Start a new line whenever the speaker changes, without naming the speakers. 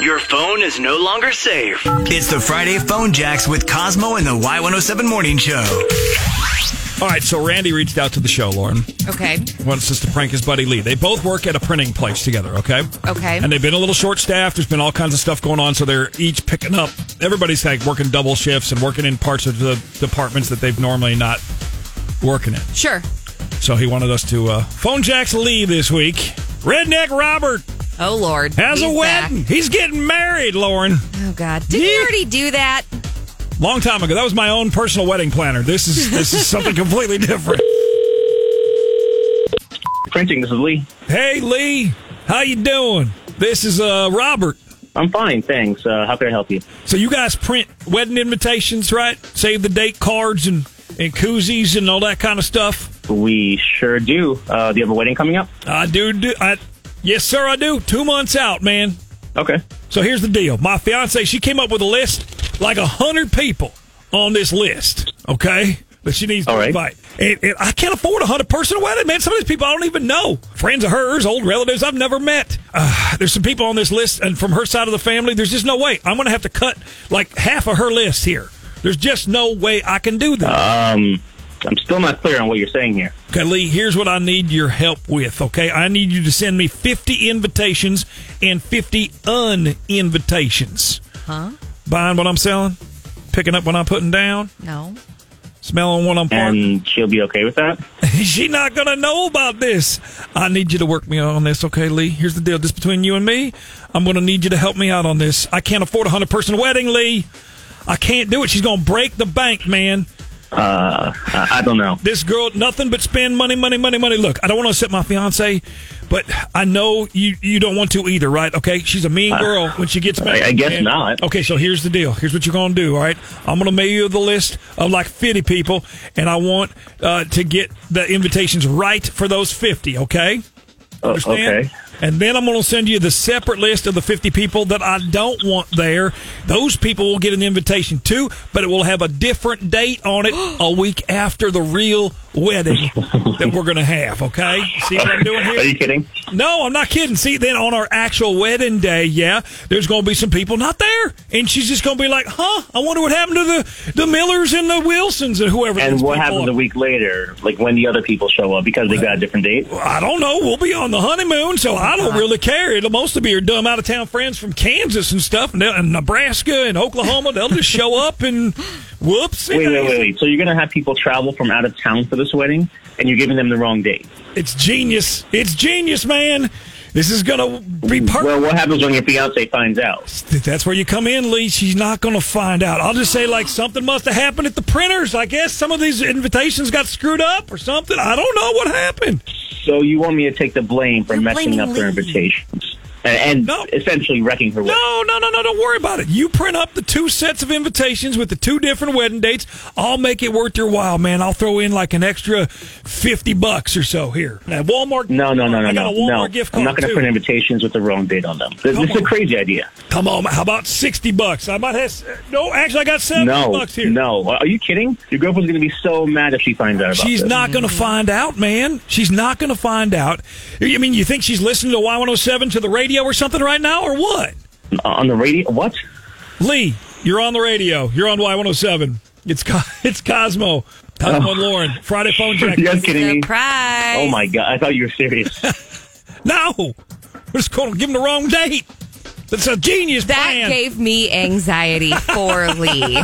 Your phone is no longer safe.
It's the Friday Phone Jacks with Cosmo and the Y107 Morning Show.
All right, so Randy reached out to the show, Lauren.
Okay.
Wants us to prank his buddy Lee. They both work at a printing place together, okay?
Okay.
And they've been a little short staffed. There's been all kinds of stuff going on, so they're each picking up. Everybody's like working double shifts and working in parts of the departments that they've normally not working in.
Sure.
So he wanted us to uh, phone Jacks Lee this week. Redneck Robert
Oh Lord.
has a
He's back.
wedding. He's getting married, Lauren.
Oh God. Did you
Yeah.
already do that?
Long time ago. That was my own personal wedding planner. This is this is something completely different.
Printing, this is Lee.
Hey Lee, how you doing? This is uh Robert.
I'm fine, thanks. Uh, how can I help you?
So you guys print wedding invitations, right? Save the date cards and and koozies and all that kind of stuff.
We sure do. Uh, do you have a wedding coming up?
I do, do I Yes, sir, I do. 2 months out, man.
Okay.
So here's the deal. My fiance, she came up with a list, like a hundred people on this list. Okay. That she needs to
All right.
invite. And, and I can't afford a hundred person wedding, man. Some of these people I don't even know. Friends of hers, old relatives I've never met. Uh, there's some people on this list, and from her side of the family, there's just no way. I'm going to have to cut like half of her list here. There's just no way I can do that.
Um, I'm still not clear on what you're saying here.
Okay, Lee, here's what I need your help with, okay? I need you to send me 50 invitations and 50 uninvitations.
Huh?
Buying what I'm selling, picking up what I'm putting down,
No.
smelling what I'm farting.
And she'll be okay with that?
she not going to know about this. I need you to work me on this, okay, Lee? Here's the deal. This between you and me. I'm going to need you to help me out on this. I can't afford a 100 person wedding, Lee. I can't do it. She's going to break the bank, man.
Uh, I I don't know.
this girl nothing but spend money, money, money, money. Look, I don't want to upset my fiance, but I know you you don't want to either, right? Okay, she's a mean girl when she gets back.
I guess not.
Okay, so here's the deal. Here's what you're gonna do. All right, I'm gonna mail you the list of like 50 people, and I want uh, to get the invitations right for those 50. Okay.
Uh,
Understand?
okay.
And then I'm going to send you the separate list of the 50 people that I don't want there. Those people will get an invitation too, but it will have a different date on it a week after the real wedding that we're going to have. Okay? See what I'm doing
Are
here?
you kidding?
No, I'm not kidding. See, then on our actual wedding day, yeah, there's going to be some people not there. And she's just going to be like, huh? I wonder what happened to the, the Millers and the Wilsons and whoever
And
these
what
people
happens
are.
a week later, like when the other people show up because they got a different date?
I don't know. We'll be on the honeymoon, so I don't
Uh-huh.
really care. It'll mostly be your dumb out of town friends from Kansas and stuff, and, they'll- and Nebraska and Oklahoma. They'll just show up and whoops.
Wait, wait, wait, wait. So you're gonna have people travel from out of town for this wedding, and you're giving them the wrong date?
It's genius. It's genius, man. This is gonna be perfect.
Well, what happens when your fiance finds out?
That's where you come in, Lee. She's not gonna find out. I'll just say like something must have happened at the printers. I guess some of these invitations got screwed up or something. I don't know what happened.
So you want me to take the blame for
You're
messing
blaming
up their
Lee.
invitations and, and
No.
essentially wrecking her wedding?
No, no, no, no. Don't worry about it. You print up the two sets of invitations with the two different wedding dates. I'll make it worth your while, man. I'll throw in like an extra 50 bucks or so here. Now, Walmart.
No, no, no, no,
I got
no,
a Walmart
no.
gift card.
I'm not going to
too.
print invitations with the wrong date on them. This, this is
Come
a
on.
crazy idea.
Come on. How about 60 bucks? I might have. No, actually, I got 70
No,
bucks here.
no. Are you kidding? Your girlfriend's going to be so mad if she finds out about
She's
this.
not going to find out, man. She's not going to find out. I mean, you think she's listening to Y107 to the radio or something right now, or what?
Uh, on the radio. What?
Lee, you're on the radio. You're on Y107. It's Co- it's Cosmo. Cosmo and Lauren. Friday phone check.
You guys kidding me?
Surprise.
Oh my god! I thought you were serious.
No, we're just going to give him the wrong date. That's a genius
That
plan.
gave me anxiety for Lee.